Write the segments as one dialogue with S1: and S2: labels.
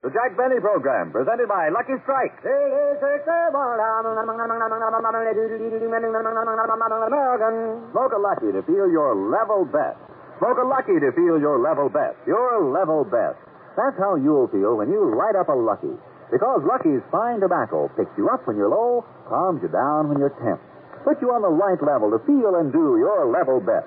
S1: The Jack Benny Program, presented by Lucky Strike. Smoke a Lucky to feel your level best. Smoke a Lucky to feel your level best. Your level best. That's how you'll feel when you light up a Lucky. Because Lucky's fine tobacco picks you up when you're low, calms you down when you're tense. Puts you on the right level to feel and do your level best.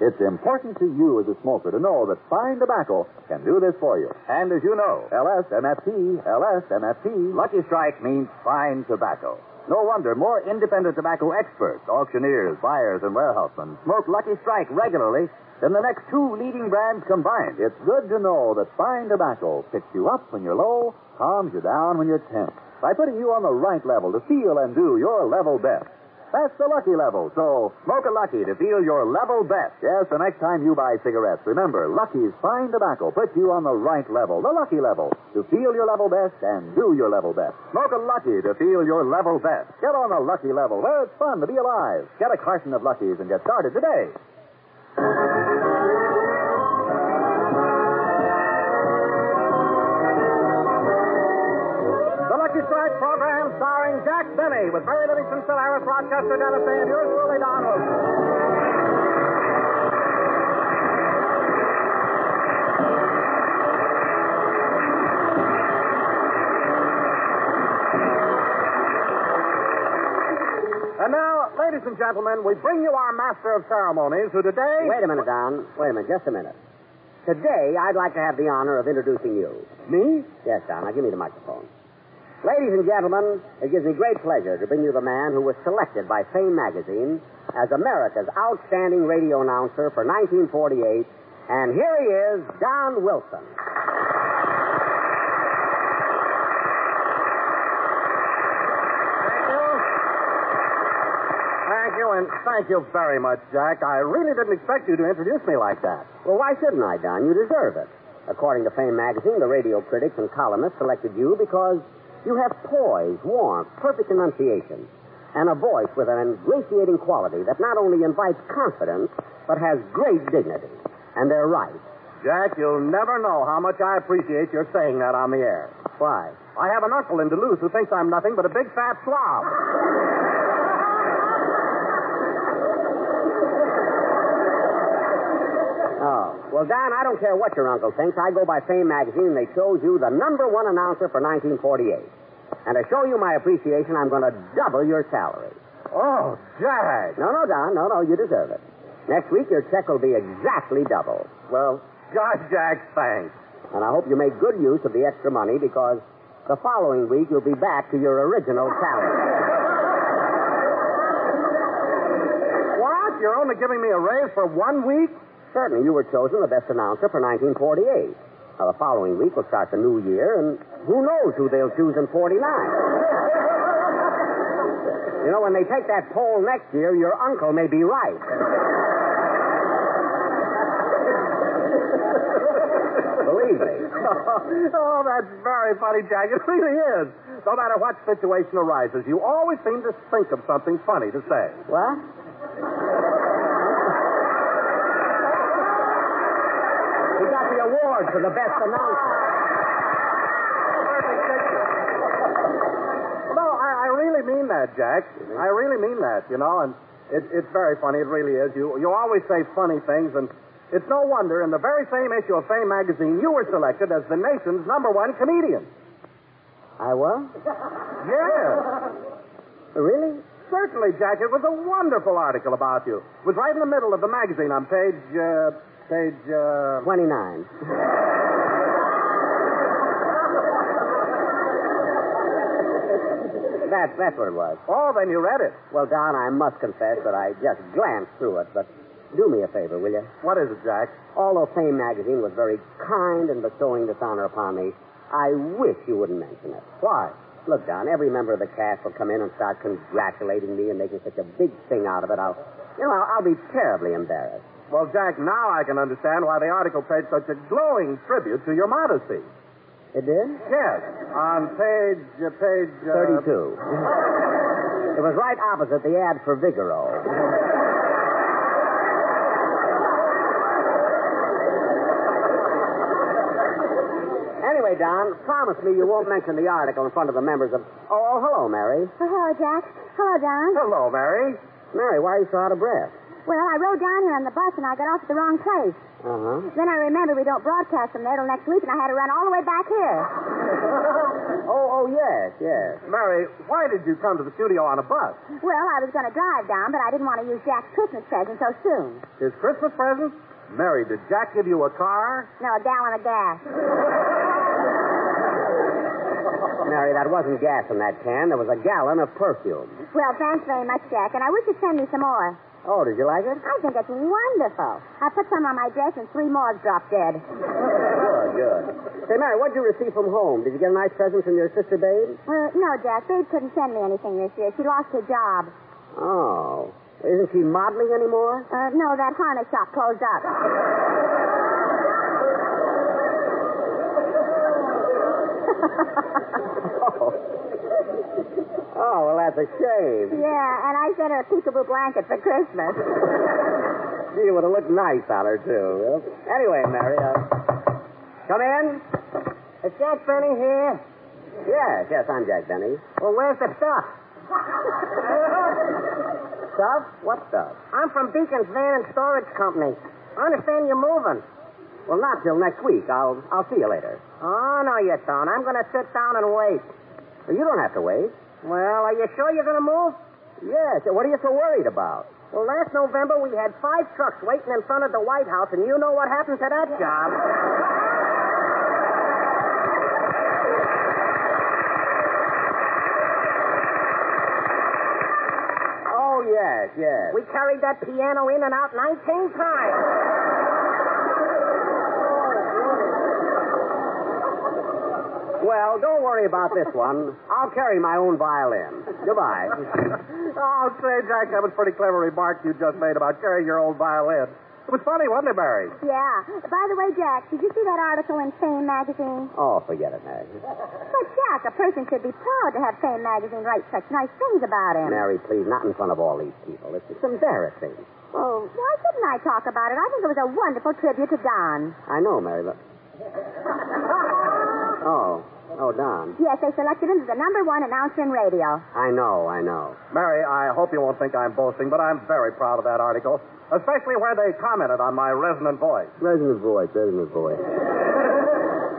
S1: It's important to you as a smoker to know that fine tobacco can do this for you. And as you know, LSMFT, LSMFT, Lucky Strike means fine tobacco. No wonder more independent tobacco experts, auctioneers, buyers, and warehousemen smoke Lucky Strike regularly than the next two leading brands combined. It's good to know that fine tobacco picks you up when you're low, calms you down when you're tense, by putting you on the right level to feel and do your level best. That's the lucky level. So smoke a lucky to feel your level best. Yes, the next time you buy cigarettes, remember Lucky's fine tobacco puts you on the right level, the lucky level, to feel your level best and do your level best. Smoke a lucky to feel your level best. Get on the lucky level where it's fun to be alive. Get a carton of Luckies and get started today. The Lucky Strike program starring Jack Benny with Barry Livingston, Phil Harris, Rochester Dennison, and yours truly, Donald. And now, ladies and gentlemen, we bring you our master of ceremonies who today.
S2: Wait a minute, Don. Wait a minute, just a minute. Today, I'd like to have the honor of introducing you.
S1: Me?
S2: Yes, Don, now give me the microphone. Ladies and gentlemen, it gives me great pleasure to bring you the man who was selected by Fame magazine as America's outstanding radio announcer for 1948. And here he is, Don Wilson.
S1: Thank you. Thank you, and thank you very much, Jack. I really didn't expect you to introduce me like that.
S2: Well, why shouldn't I, Don? You deserve it. According to Fame magazine, the radio critics and columnists selected you because you have poise, warmth, perfect enunciation, and a voice with an ingratiating quality that not only invites confidence, but has great dignity. And they're right.
S1: Jack, you'll never know how much I appreciate your saying that on the air.
S2: Why?
S1: I have an uncle in Duluth who thinks I'm nothing but a big fat slob.
S2: Oh. Well, Don, I don't care what your uncle thinks. I go by Fame magazine, and they chose you the number one announcer for 1948. And to show you my appreciation, I'm going to double your salary.
S1: Oh, Jack.
S2: No, no, Don. No, no. You deserve it. Next week, your check will be exactly double.
S1: Well, God, Jack, thanks.
S2: And I hope you make good use of the extra money because the following week you'll be back to your original salary.
S1: What? You're only giving me a raise for one week?
S2: Certainly, you were chosen the best announcer for 1948. Now, the following week will start the new year, and who knows who they'll choose in 49. you know, when they take that poll next year, your uncle may be right. Believe me.
S1: oh, that's very funny, Jack. It really is. No matter what situation arises, you always seem to think of something funny to say.
S2: What? He got the award for the best announcer.
S1: No, I, I really mean that, Jack. I really mean that, you know, and it, it's very funny. It really is. You, you always say funny things, and it's no wonder in the very same issue of Fame magazine, you were selected as the nation's number one comedian.
S2: I was?
S1: Yeah.
S2: Really?
S1: Certainly, Jack. It was a wonderful article about you. It was right in the middle of the magazine on page, uh, page, uh,
S2: 29. That, that's what it was.
S1: oh, then you read it.
S2: Well, Don, I must confess that I just glanced through it, but do me a favor, will you?
S1: What is it, Jack?
S2: Although Fame magazine was very kind in bestowing this honor upon me, I wish you wouldn't mention it.
S1: Why?
S2: Look, Don, every member of the cast will come in and start congratulating me and making such a big thing out of it. I'll, you know, I'll, I'll be terribly embarrassed.
S1: Well, Jack, now I can understand why the article paid such a glowing tribute to your modesty.
S2: It did?
S1: Yes, on page, uh, page... Uh,
S2: 32. it was right opposite the ad for Vigoro. anyway, way, Don, promise me you won't mention the article in front of the members of. Oh, oh hello, Mary.
S3: Oh, hello, Jack. Hello, Don.
S2: Hello, Mary. Mary, why are you so out of breath?
S3: Well, I rode down here on the bus and I got off at the wrong place.
S2: Uh huh.
S3: Then I remembered we don't broadcast from there till next week, and I had to run all the way back here.
S2: oh, oh yes, yes.
S1: Mary, why did you come to the studio on a bus?
S3: Well, I was going to drive down, but I didn't want to use Jack's Christmas present so soon.
S1: His Christmas present? Mary, did Jack give you a car?
S3: No, a gallon of gas.
S2: Mary, that wasn't gas in that can. There was a gallon of perfume.
S3: Well, thanks very much, Jack, and I wish you'd send me some more.
S2: Oh, did you like it?
S3: I think it's wonderful. I put some on my dress, and three more dropped dead.
S2: Good, good. Say, Mary, what'd you receive from home? Did you get a nice present from your sister, Babe?
S3: Well, no, Jack, Babe couldn't send me anything this year. She lost her job.
S2: Oh. Isn't she modeling anymore?
S3: Uh, no, that harness shop closed up.
S2: Oh, well, that's a shame.
S3: Yeah, and I sent her a peekaboo blanket for Christmas.
S2: Gee, it would have looked nice on her, too. Well, anyway, Mary, uh, come in.
S4: Is Jack Benny here?
S2: Yes, yes, I'm Jack Benny.
S4: Well, where's the stuff?
S2: Stuff? What stuff?
S4: I'm from Beacon's Van and Storage Company. I understand you're moving.
S2: Well, not till next week. I'll I'll see you later.
S4: Oh, no, you don't. I'm going to sit down and wait.
S2: Well, you don't have to wait.
S4: Well, are you sure you're going to move?
S2: Yes. What are you so worried about?
S4: Well, last November we had five trucks waiting in front of the White House, and you know what happened to that job.
S2: Oh yes, yes.
S4: We carried that piano in and out 19 times.
S2: Well, don't worry about this one. I'll carry my own violin. Goodbye.
S1: Oh, say, Jack, that was pretty clever remark you just made about carrying your old violin. It was funny, wasn't it, Mary?
S3: yeah. By the way, Jack, did you see that article in Fame magazine?
S2: Oh, forget it, Mary.
S3: But, Jack, a person should be proud to have Fame magazine write such nice things about him.
S2: Mary, please, not in front of all these people. It's, it's embarrassing.
S3: Oh, why shouldn't I talk about it? I think it was a wonderful tribute to Don.
S2: I know, Mary, but. Oh, oh, Don.
S3: Yes, they selected him as the number one announcer in radio.
S2: I know, I know.
S1: Mary, I hope you won't think I'm boasting, but I'm very proud of that article, especially where they commented on my resonant voice.
S2: Resonant voice, resonant voice.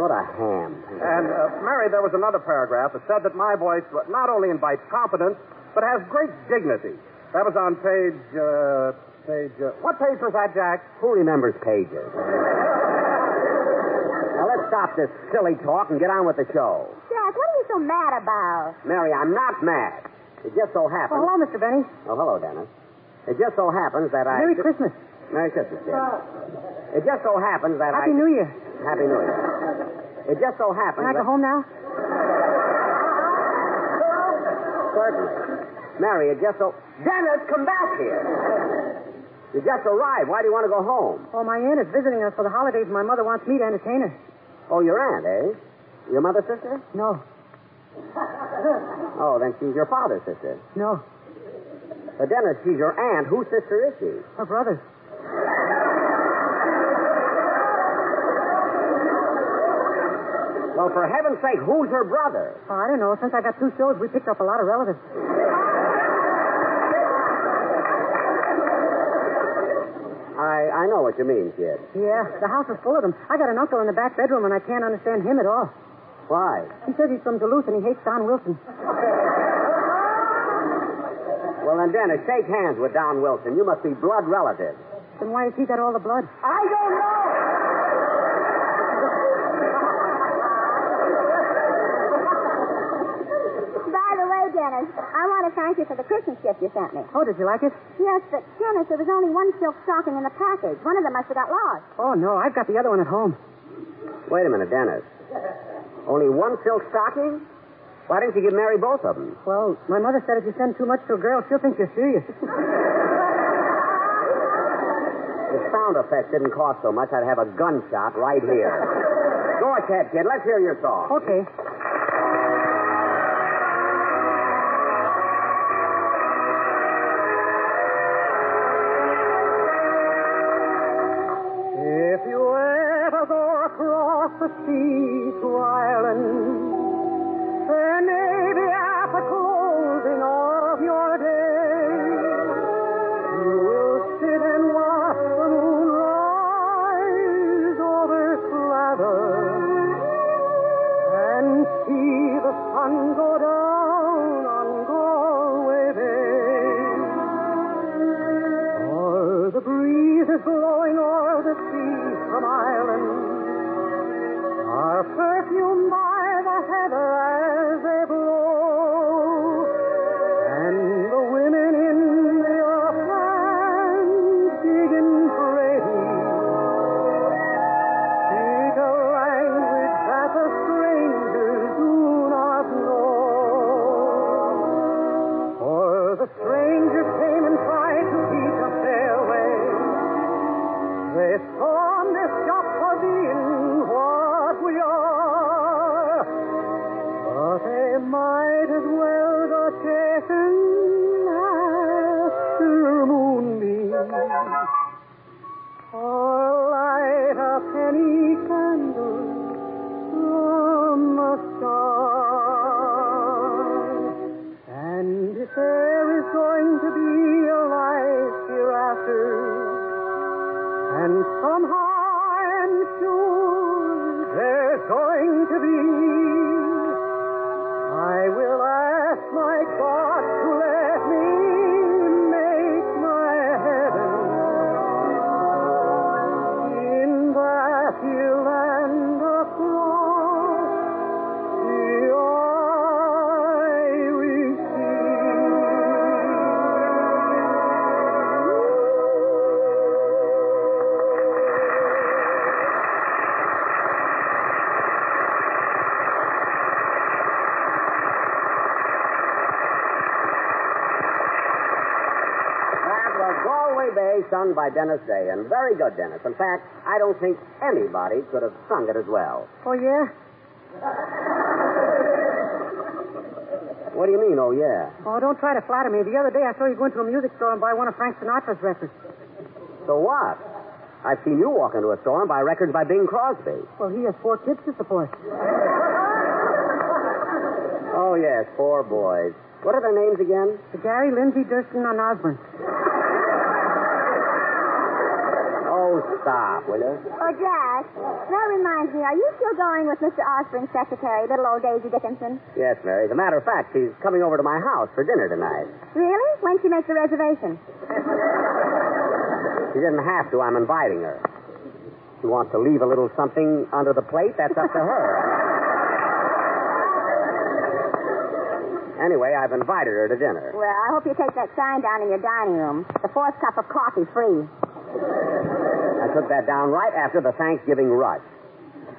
S2: what a ham.
S1: And, uh, Mary, there was another paragraph that said that my voice not only invites confidence, but has great dignity. That was on page, uh, page, uh, what page was that, Jack?
S2: Who remembers pages? now let's stop this silly talk and get on with the show.
S3: Jack, what are you so mad about?
S2: Mary, I'm not mad. It just so happens.
S4: Well, hello, Mr. Benny.
S2: Oh, hello, Dennis. It just so happens that I.
S4: Merry Christmas.
S2: Merry Christmas, Dennis. It just so happens that I.
S4: Happy New Year.
S2: Happy New Year. It just so happens
S4: Can I
S2: that.
S4: go home now?
S2: Certainly. Mary, it just so. Dennis, come back here. You just arrived. Why do you want to go home?
S4: Oh, my aunt is visiting us for the holidays, and my mother wants me to entertain her.
S2: Oh, your aunt, eh? Your mother's sister?
S4: No,
S2: Oh, then she's your father's sister.
S4: no,
S2: But Dennis, she's your aunt. Whose sister is she?
S4: her brother.
S2: Well, for heaven's sake, who's her brother?
S4: Oh, I don't know. Since I got two shows, we picked up a lot of relatives.
S2: I I know what you mean, kid.
S4: Yeah, the house is full of them. I got an uncle in the back bedroom, and I can't understand him at all.
S2: Why?
S4: He says he's from Duluth, and he hates Don Wilson.
S2: Well, then, Dennis, shake hands with Don Wilson. You must be blood relatives.
S4: Then why has he got all the blood?
S2: I don't know.
S3: By the way, Dennis, I want to thank you for the Christmas gift you sent me.
S4: Oh, did you like it?
S3: Yes, but Dennis, there was only one silk stocking in the package. One of them must have got lost.
S4: Oh, no, I've got the other one at home.
S2: Wait a minute, Dennis. Only one silk stocking? Why didn't you give Mary both of them?
S4: Well, my mother said if you send too much to a girl, she'll think you're serious.
S2: If sound effects didn't cost so much, I'd have a gunshot right here. Go ahead, kid. Let's hear your song.
S4: okay. If you ever go across the sea to sun go down on Galway Bay. Or the breeze is blowing o'er the sea from Ireland, are perfumed by the heather as they blow. And the women in the Atlantic in praise speak a language that the strangers do not know. For the stranger came and tried to teach us their way. They scorn this shop for being what we are. But they might as well go chasing after moonbeams or light a penny candle from a star. And if there is going to be a life hereafter, and somehow I'm sure there's going to be, I will ask my God to let me make my heaven in that hill and across the Irish
S2: That was Galway Bay, sung by Dennis Day, and very good, Dennis. In fact, I don't think anybody could have sung it as well.
S5: Oh, yeah?
S2: What do you mean, oh, yeah?
S5: Oh, don't try to flatter me. The other day I saw you go into a music store and buy one of Frank Sinatra's records.
S2: So what? I've seen you walk into a store and buy records by Bing Crosby.
S5: Well, he has four kids to support.
S2: Oh, yes, four boys. What are their names again?
S5: The Gary, Lindsay, Durston, and Osborne.
S2: Oh, stop, will you?
S3: Oh, Jack, that reminds me, are you still going with Mr. Osborne's secretary, little old Daisy Dickinson?
S2: Yes, Mary. As a matter of fact, she's coming over to my house for dinner tonight.
S3: Really? When she makes the reservation?
S2: She didn't have to. I'm inviting her. She wants to leave a little something under the plate. That's up to her. anyway, I've invited her to dinner.
S3: Well, I hope you take that sign down in your dining room. The fourth cup of coffee free.
S2: I took that down right after the Thanksgiving rush.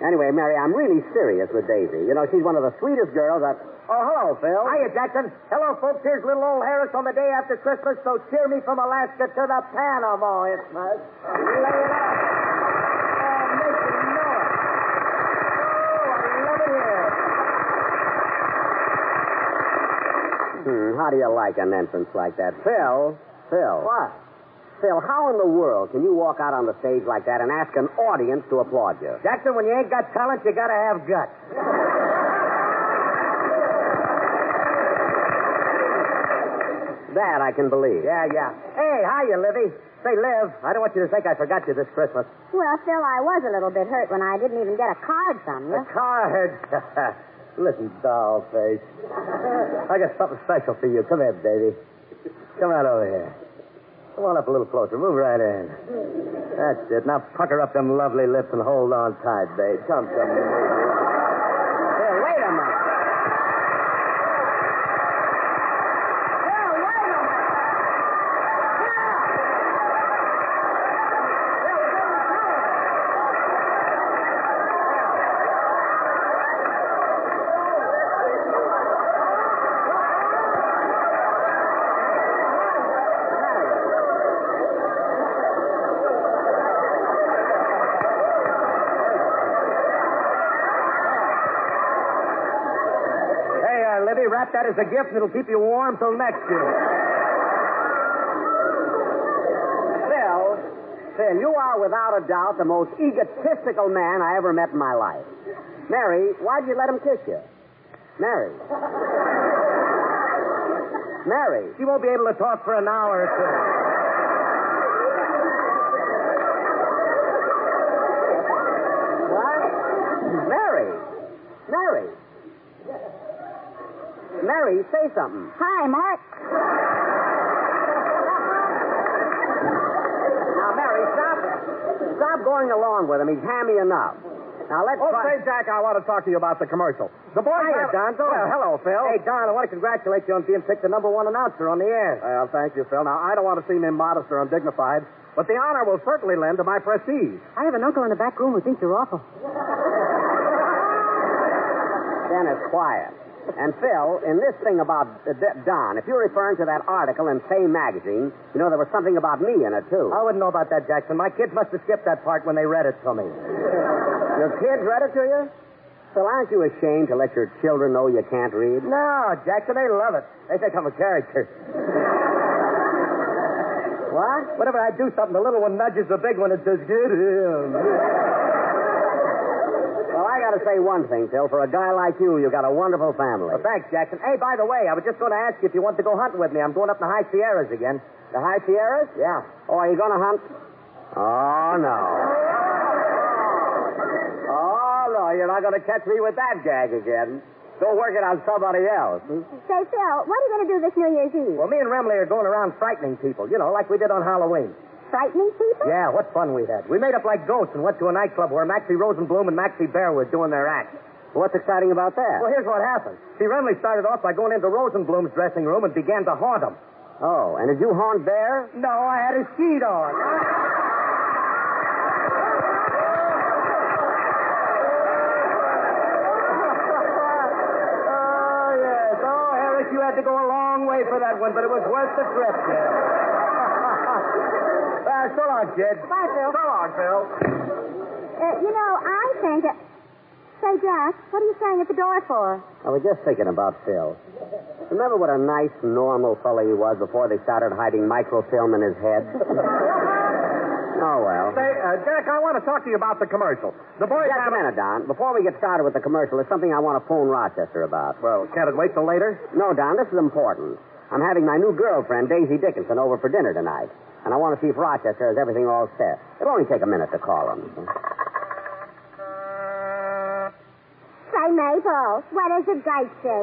S2: Anyway, Mary, I'm really serious with Daisy. You know, she's one of the sweetest girls I've... Oh, hello, Phil.
S6: Hiya, Jackson. Hello, folks. Here's little old Harris on the day after Christmas, so cheer me from Alaska to the Panama. It's must. Lay it out. Oh, make some noise. Oh, I love it here.
S2: Hmm, how do you like an entrance like that? Phil, Phil. What? Phil, how in the world can you walk out on the stage like that and ask an audience to applaud you?
S6: Jackson, when you ain't got talent, you gotta have guts.
S2: That I can believe.
S6: Yeah, yeah. Hey, hiya, Livy. Say, Liv, I don't want you to think I forgot you this Christmas.
S3: Well, Phil, I was a little bit hurt when I didn't even get a card from you.
S6: The card. Listen, doll face. I got something special for you. Come here, baby. Come right over here. Come on up a little closer. Move right in. That's it. Now pucker up them lovely lips and hold on tight, babe. Come, come.
S2: Phil, wait a minute.
S6: Hey, uh, Libby, wrap that as a gift, and it'll keep you warm till next year.
S2: Phil, Phil, you are without a doubt the most egotistical man I ever met in my life. Mary, why'd you let him kiss you? Mary. Mary.
S6: She won't be able to talk for an hour or two.
S2: What? Mary. Mary.
S5: Mary, say something.
S3: Hi, Mort.
S5: Now, Mary, stop it.
S2: Stop going along with him. He's hammy enough. Now, let's
S7: Oh,
S2: try...
S7: say, Jack, I want to talk to you about the commercial. The boys
S2: Hiya,
S7: have-
S2: Don. Go
S7: Well,
S2: ahead.
S7: hello, Phil.
S2: Hey, Don, I want to congratulate you on being picked the number one announcer on the air.
S7: Well, thank you, Phil. Now, I don't want to seem immodest or undignified, but the honor will certainly lend to my prestige.
S5: I have an uncle in the back room who thinks you're awful.
S2: Dennis, quiet. And Phil, in this thing about uh, D- Don, if you're referring to that article in Fay magazine, you know there was something about me in it too.
S6: I wouldn't know about that, Jackson. My Oh, kids must have skipped that part when they read it to me.
S2: Your kids read it to you? Phil, aren't you ashamed to let your children know you can't read?
S6: No, Jackson, they love it. They think I'm a character.
S2: What?
S6: Whenever I do something, the little one nudges the big one and says, "Get him."
S2: Well, I gotta say one thing, Phil. For a guy like you, you got a wonderful family.
S6: Well, thanks, Jackson. Hey, by the way, I was just going to ask you if you want to go hunting with me. I'm going up in the High Sierras again.
S2: The High Sierras?
S6: Yeah.
S2: Oh, are you gonna hunt? Oh, no. Oh, no, you're not gonna catch me with that gag again. Go work it on somebody else.
S3: Say, Phil, what are you going to do this New Year's Eve?
S6: Well, me and Remley are going around frightening people, you know, like we did on Halloween.
S3: Frightening people?
S6: Yeah, what fun we had. We made up like ghosts and went to a nightclub where Maxie Rosenblum and Maxie Bear were doing their act.
S2: What's exciting about
S6: Well,
S2: that?
S6: here's what happened. See, Remley started off by going into Rosenblum's dressing room and began to haunt him.
S2: Oh, and did you haunt Bear?
S6: No, I had a sheet on. Oh,
S2: Oh, yes.
S6: Oh, Eric, you had to go a long way for that one, but it was worth the trip, kid. uh, so long, kid.
S5: Bye, Phil.
S7: So long, Phil.
S3: Uh, you know, I think that... Say, Jack, what are you standing at the door for?
S2: I was just thinking about Phil. Remember what a nice, normal fella he was before they started hiding microfilm in his head? oh, well.
S7: Say, uh, Jack, I want to talk to you about the commercial. The boys
S2: Just
S7: have...
S2: a minute, Don. Before we get started with the commercial, there's something I want to phone Rochester about.
S7: Well, can't it wait till later?
S2: No, Don, this is important. I'm having my new girlfriend, Daisy Dickinson, over for dinner tonight. And I want to see if Rochester has everything all set. It'll only take a minute to call him.
S3: Say, Mabel, what does the guide say?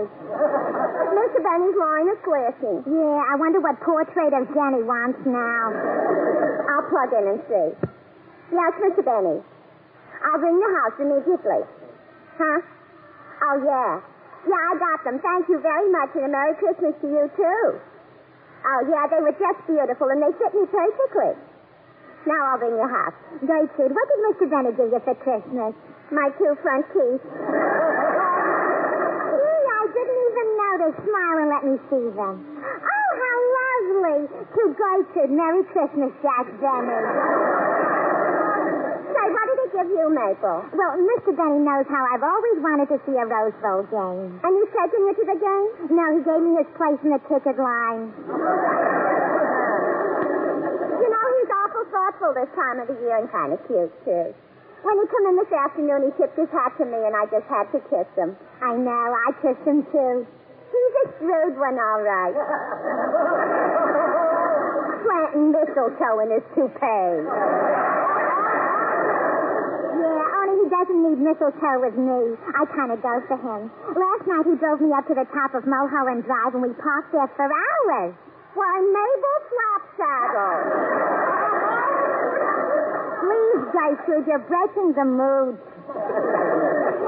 S3: Mr. Benny's line is squirty. Yeah, I wonder what portrait of Jenny wants now. I'll plug in and see. Yes, Mr. Benny. I'll ring the house immediately. Huh? Oh, yeah. Yeah, I got them. Thank you very much, and a Merry Christmas to you, too. Oh, yeah, they were just beautiful, and they fit me perfectly. Now I'll ring your house. Gertrude, what did Mr. Benny give you for Christmas? My two front teeth. Gee, I didn't even notice. Smile and let me see them. Oh, how lovely. To Gertrude, Merry Christmas, Jack Benny. Say, what did he give you, Maple? Well, Mr. Benny knows how I've always wanted to see a Rose Bowl game. And he's taking you to the game? No, he gave me his place in the ticket line. You know, he's awful thoughtful this time of the year and kind of cute, too. When he come in this afternoon, he tipped his hat to me, and I just had to kiss him. I know, I kissed him, too. He's a shrewd one, all right. Planting mistletoe in his toupee. Yeah, only he doesn't need mistletoe with me. I kind of go for him. Last night he drove me up to the top of Mulholland Drive, and we parked there for hours. Why, Mabel Flopsaddle. Please, Gertrude, you're breaking the mood.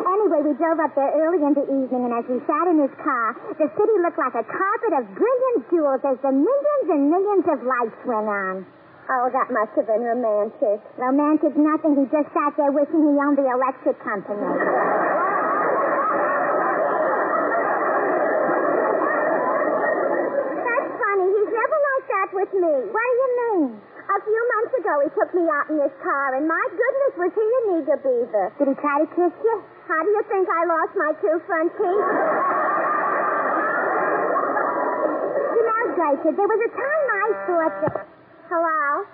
S3: Anyway, we drove up there early in the evening, and as we sat in his car, the city looked like a carpet of brilliant jewels as the millions and millions of lights went on. Oh, that must have been romantic. Romantic nothing. He just sat there wishing he owned the electric company. That's funny. He's never like that with me. What do you mean? A few months ago, he took me out in his car, and my goodness, was he an eager beaver. Did he try to kiss you? How do you think I lost my two front teeth? you know, Gertrude, there was a time I thought that... Hello?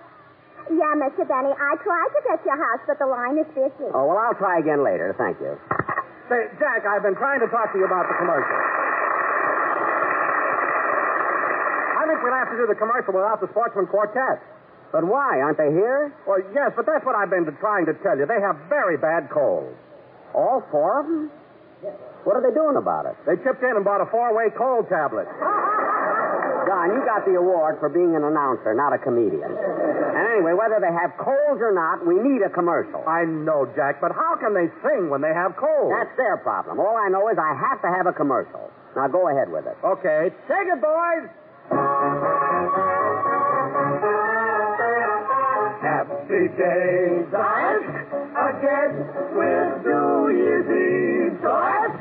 S3: Yeah, Mr. Benny, I tried to get your house, but the line is busy.
S2: Oh, well, I'll try again later. Thank you.
S7: Say, Jack, I've been trying to talk to you about the commercial. I think we'll have to do the commercial without the Sportsman Quartet.
S2: But why? Aren't they here?
S7: Well, yes, but that's what I've been trying to tell you. They have very bad colds.
S2: All four of them? What are they doing about it?
S7: They chipped in and bought a four-way cold tablet.
S2: Don, you got the award for being an announcer, not a comedian. And anyway, whether they have colds or not, we need a commercial.
S7: I know, Jack, but how can they sing when they have colds?
S2: That's their problem. All I know is I have to have a commercial. Now go ahead with it.
S7: Okay, take it, boys.
S8: Happy days, Doris. Again, we'll do Year's Eve, Doris.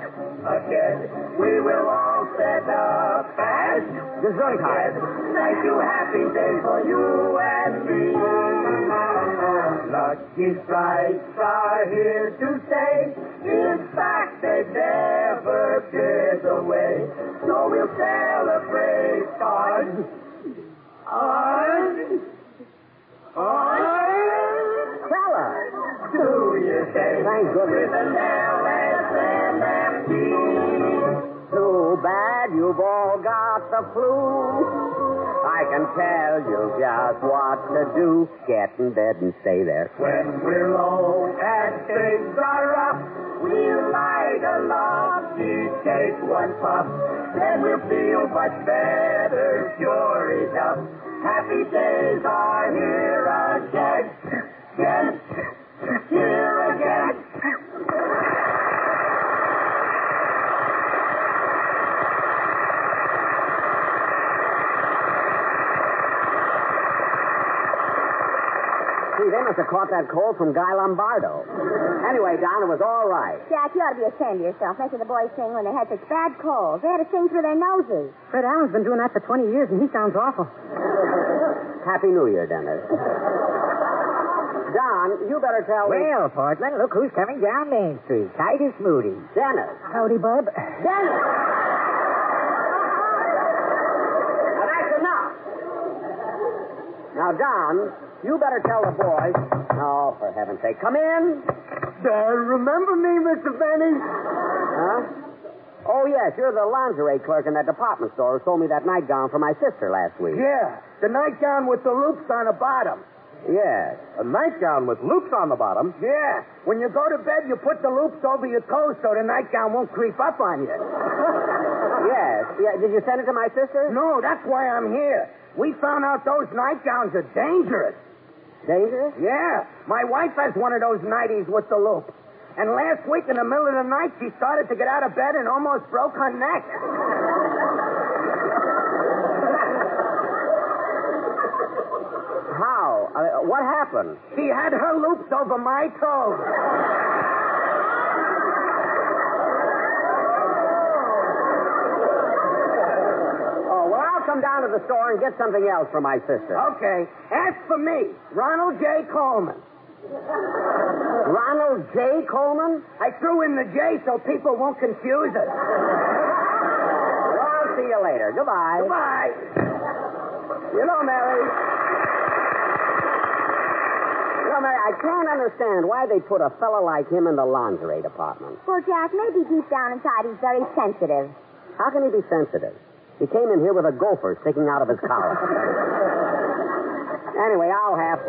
S8: Again, we will all set up as
S2: Gesundheit.
S8: make you happy days for you and me. Lucky strikes are here to stay. In fact, they never did away. So we'll celebrate on, on, on.
S2: Fella.
S8: Do you say?
S2: Thank goodness.
S8: With an L S and M P.
S2: Too bad you've all got the flu. I can tell you just what to do. Get in bed and stay there.
S8: When we're low and things are rough, we'll light a lofty, take one puff. Then we'll feel much better, sure enough. Happy days are here again. Again. Here again.
S2: See, they must have caught that cold from Guy Lombardo. Anyway, Don, it was all right.
S3: Jack, you ought to be ashamed of yourself making the boys sing when they had such bad colds. They had to sing through their noses.
S5: Fred Allen's been doing that for 20 years, and he sounds awful.
S2: Happy New Year, Dennis. Don, you better tell me.
S9: Well, Portland, look who's coming down Main Street. Titus Moody.
S2: Dennis.
S5: Howdy, Bub.
S2: Dennis! Now, that's enough. Now, Don, you better tell the boys. Oh, for heaven's sake, come in.
S7: remember me, Mr. Benny?
S2: Huh? Oh, yes, you're the lingerie clerk in that department store who sold me that nightgown for my sister last week.
S7: Yeah, the nightgown with the loops on the bottom.
S2: Yes.
S7: A nightgown with loops on the bottom?
S4: Yeah. When you go to bed, you put the loops over your toes so the nightgown won't creep up on you.
S2: Yes. Yeah. Did you send it to my sister?
S4: No, Oh, that's why I'm here. We found out those nightgowns are dangerous.
S2: Dangerous?
S4: Yeah. My wife has one of those nighties with the loop. And last week in the middle of the night, she started to get out of bed and almost broke her neck.
S2: How? Uh, what happened?
S4: She had her loops over my toes.
S2: Oh, well, I'll come down to the store and get something else for my sister.
S4: Okay. Ask for me, Ronald J. Coleman.
S2: Ronald J. Coleman?
S4: I threw in the J so people won't confuse us.
S2: Well, I'll see you later. Goodbye.
S4: Bye. You know, Mary.
S2: You know, Mary, I can't understand why they put a fella like him in the lingerie department.
S3: Well, Jack, maybe deep down inside he's very sensitive.
S2: How can he be sensitive? He came in here with a gopher sticking out of his collar. anyway, I'll have.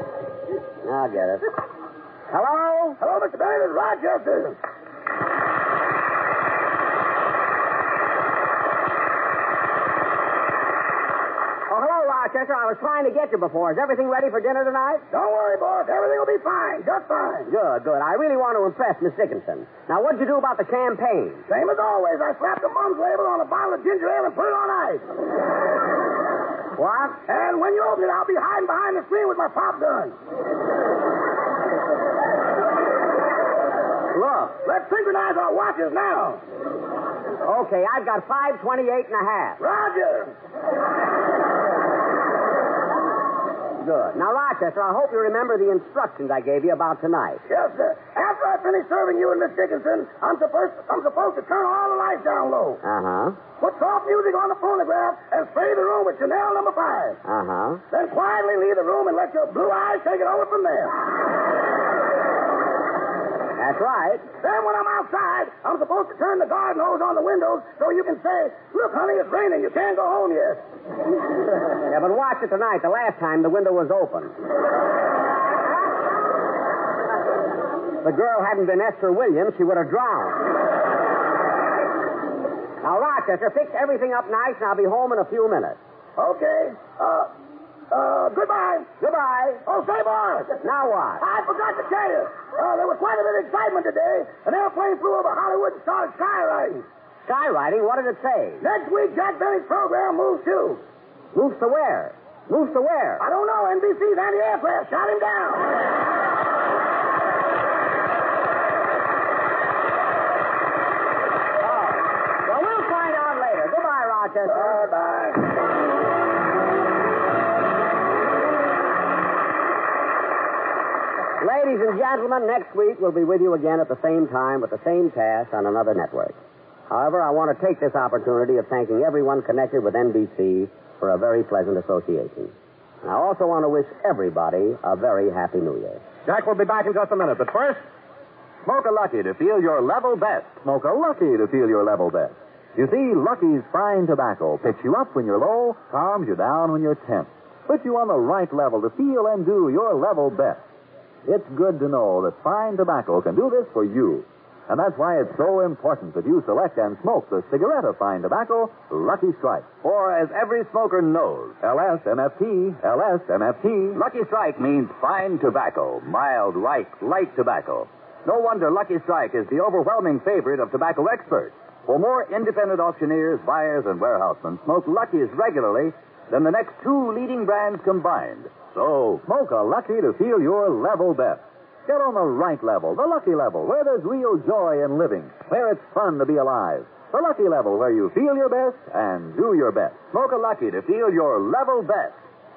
S2: I'll get it. Hello? Oh,
S8: Hello, Mr. Benny. This is Rochester.
S2: Oh, hello, Rochester. I was trying to get you before. Is everything ready for dinner tonight?
S8: Don't worry, boss. Everything will be fine. Just fine.
S2: Good, good. I really want to impress Miss Dickinson. Now, what'd you do about the champagne?
S8: Same as always. I slapped a mom's label on a bottle of ginger ale and put it on ice.
S2: What?
S8: And when you open it, I'll be hiding behind the screen with my pop gun.
S2: Look.
S8: Let's synchronize our watches now.
S2: Okay, I've got 528 and a half.
S8: Roger.
S2: Good. Now, Rochester, I hope you remember the instructions I gave you about tonight.
S8: Yes, sir. After I finish serving you and Miss Dickinson, I'm supposed I'm supposed to turn all the lights down low,
S2: Uh-huh.
S8: put soft music on the phonograph, and spray the room with Chanel number five.
S2: Uh-huh.
S8: Then quietly leave the room and let your blue eyes take it over from there.
S2: That's right.
S8: Then when I'm outside, I'm supposed to turn the garden hose on the windows so you can say, "Look, honey, it's raining. You can't go home yet."
S2: Yeah, but watch it tonight. The last time the window was open. If the girl hadn't been Esther Williams, she would have drowned. Rochester. Fix everything up nice, and I'll be home in a few minutes.
S8: Okay. Uh, uh, goodbye.
S2: Goodbye.
S8: Oh, say, Morris.
S2: Now what?
S8: I forgot to tell you. Uh, there was quite a bit of excitement today. An airplane flew over Hollywood and started skywriting.
S2: Skywriting? What did it say?
S8: Next week, Jack Benny's program moves too.
S2: Moves to where? Moves to where?
S8: I don't know. NBC's anti-aircraft shot him down.
S2: Rochester.
S8: Bye bye.
S2: Ladies and gentlemen, next week we'll be with you again at the same time with the same cast on another network. However, I want to take this opportunity of thanking everyone connected with NBC for a very pleasant association. And I also want to wish everybody a very happy new year.
S1: Jack will be back in just a minute, but first, smoke a lucky to feel your level best. Smoke a lucky to feel your level best. You see, Lucky's fine tobacco picks you up when you're low, calms you down when you're tense, puts you on the right level to feel and do your level best. It's good to know that fine tobacco can do this for you. And that's why it's so important that you select and smoke the cigarette of fine tobacco, Lucky Strike. For as every smoker knows, LSMFT, LSMFT. Lucky Strike means fine tobacco, mild, light, light tobacco. No wonder Lucky Strike is the overwhelming favorite of tobacco experts. For more independent auctioneers, buyers, and warehousemen smoke Lucky's regularly than the next two leading brands combined. So smoke a Lucky to feel your level best. Get on the right level, the Lucky level, where there's real joy in living, where it's fun to be alive. The Lucky level, where you feel your best and do your best. Smoke a Lucky to feel your level best.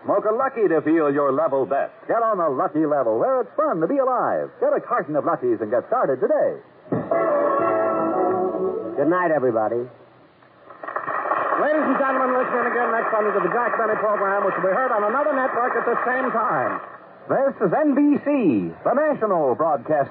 S1: Smoke a Lucky to feel your level best. Get on the Lucky level, where it's fun to be alive. Get a carton of Luckies and get started today.
S2: Good night, everybody.
S7: Ladies and gentlemen, listening again next Sunday to the Jack Benny program, which will be heard on another network at the same time.
S1: This is NBC, the national broadcast.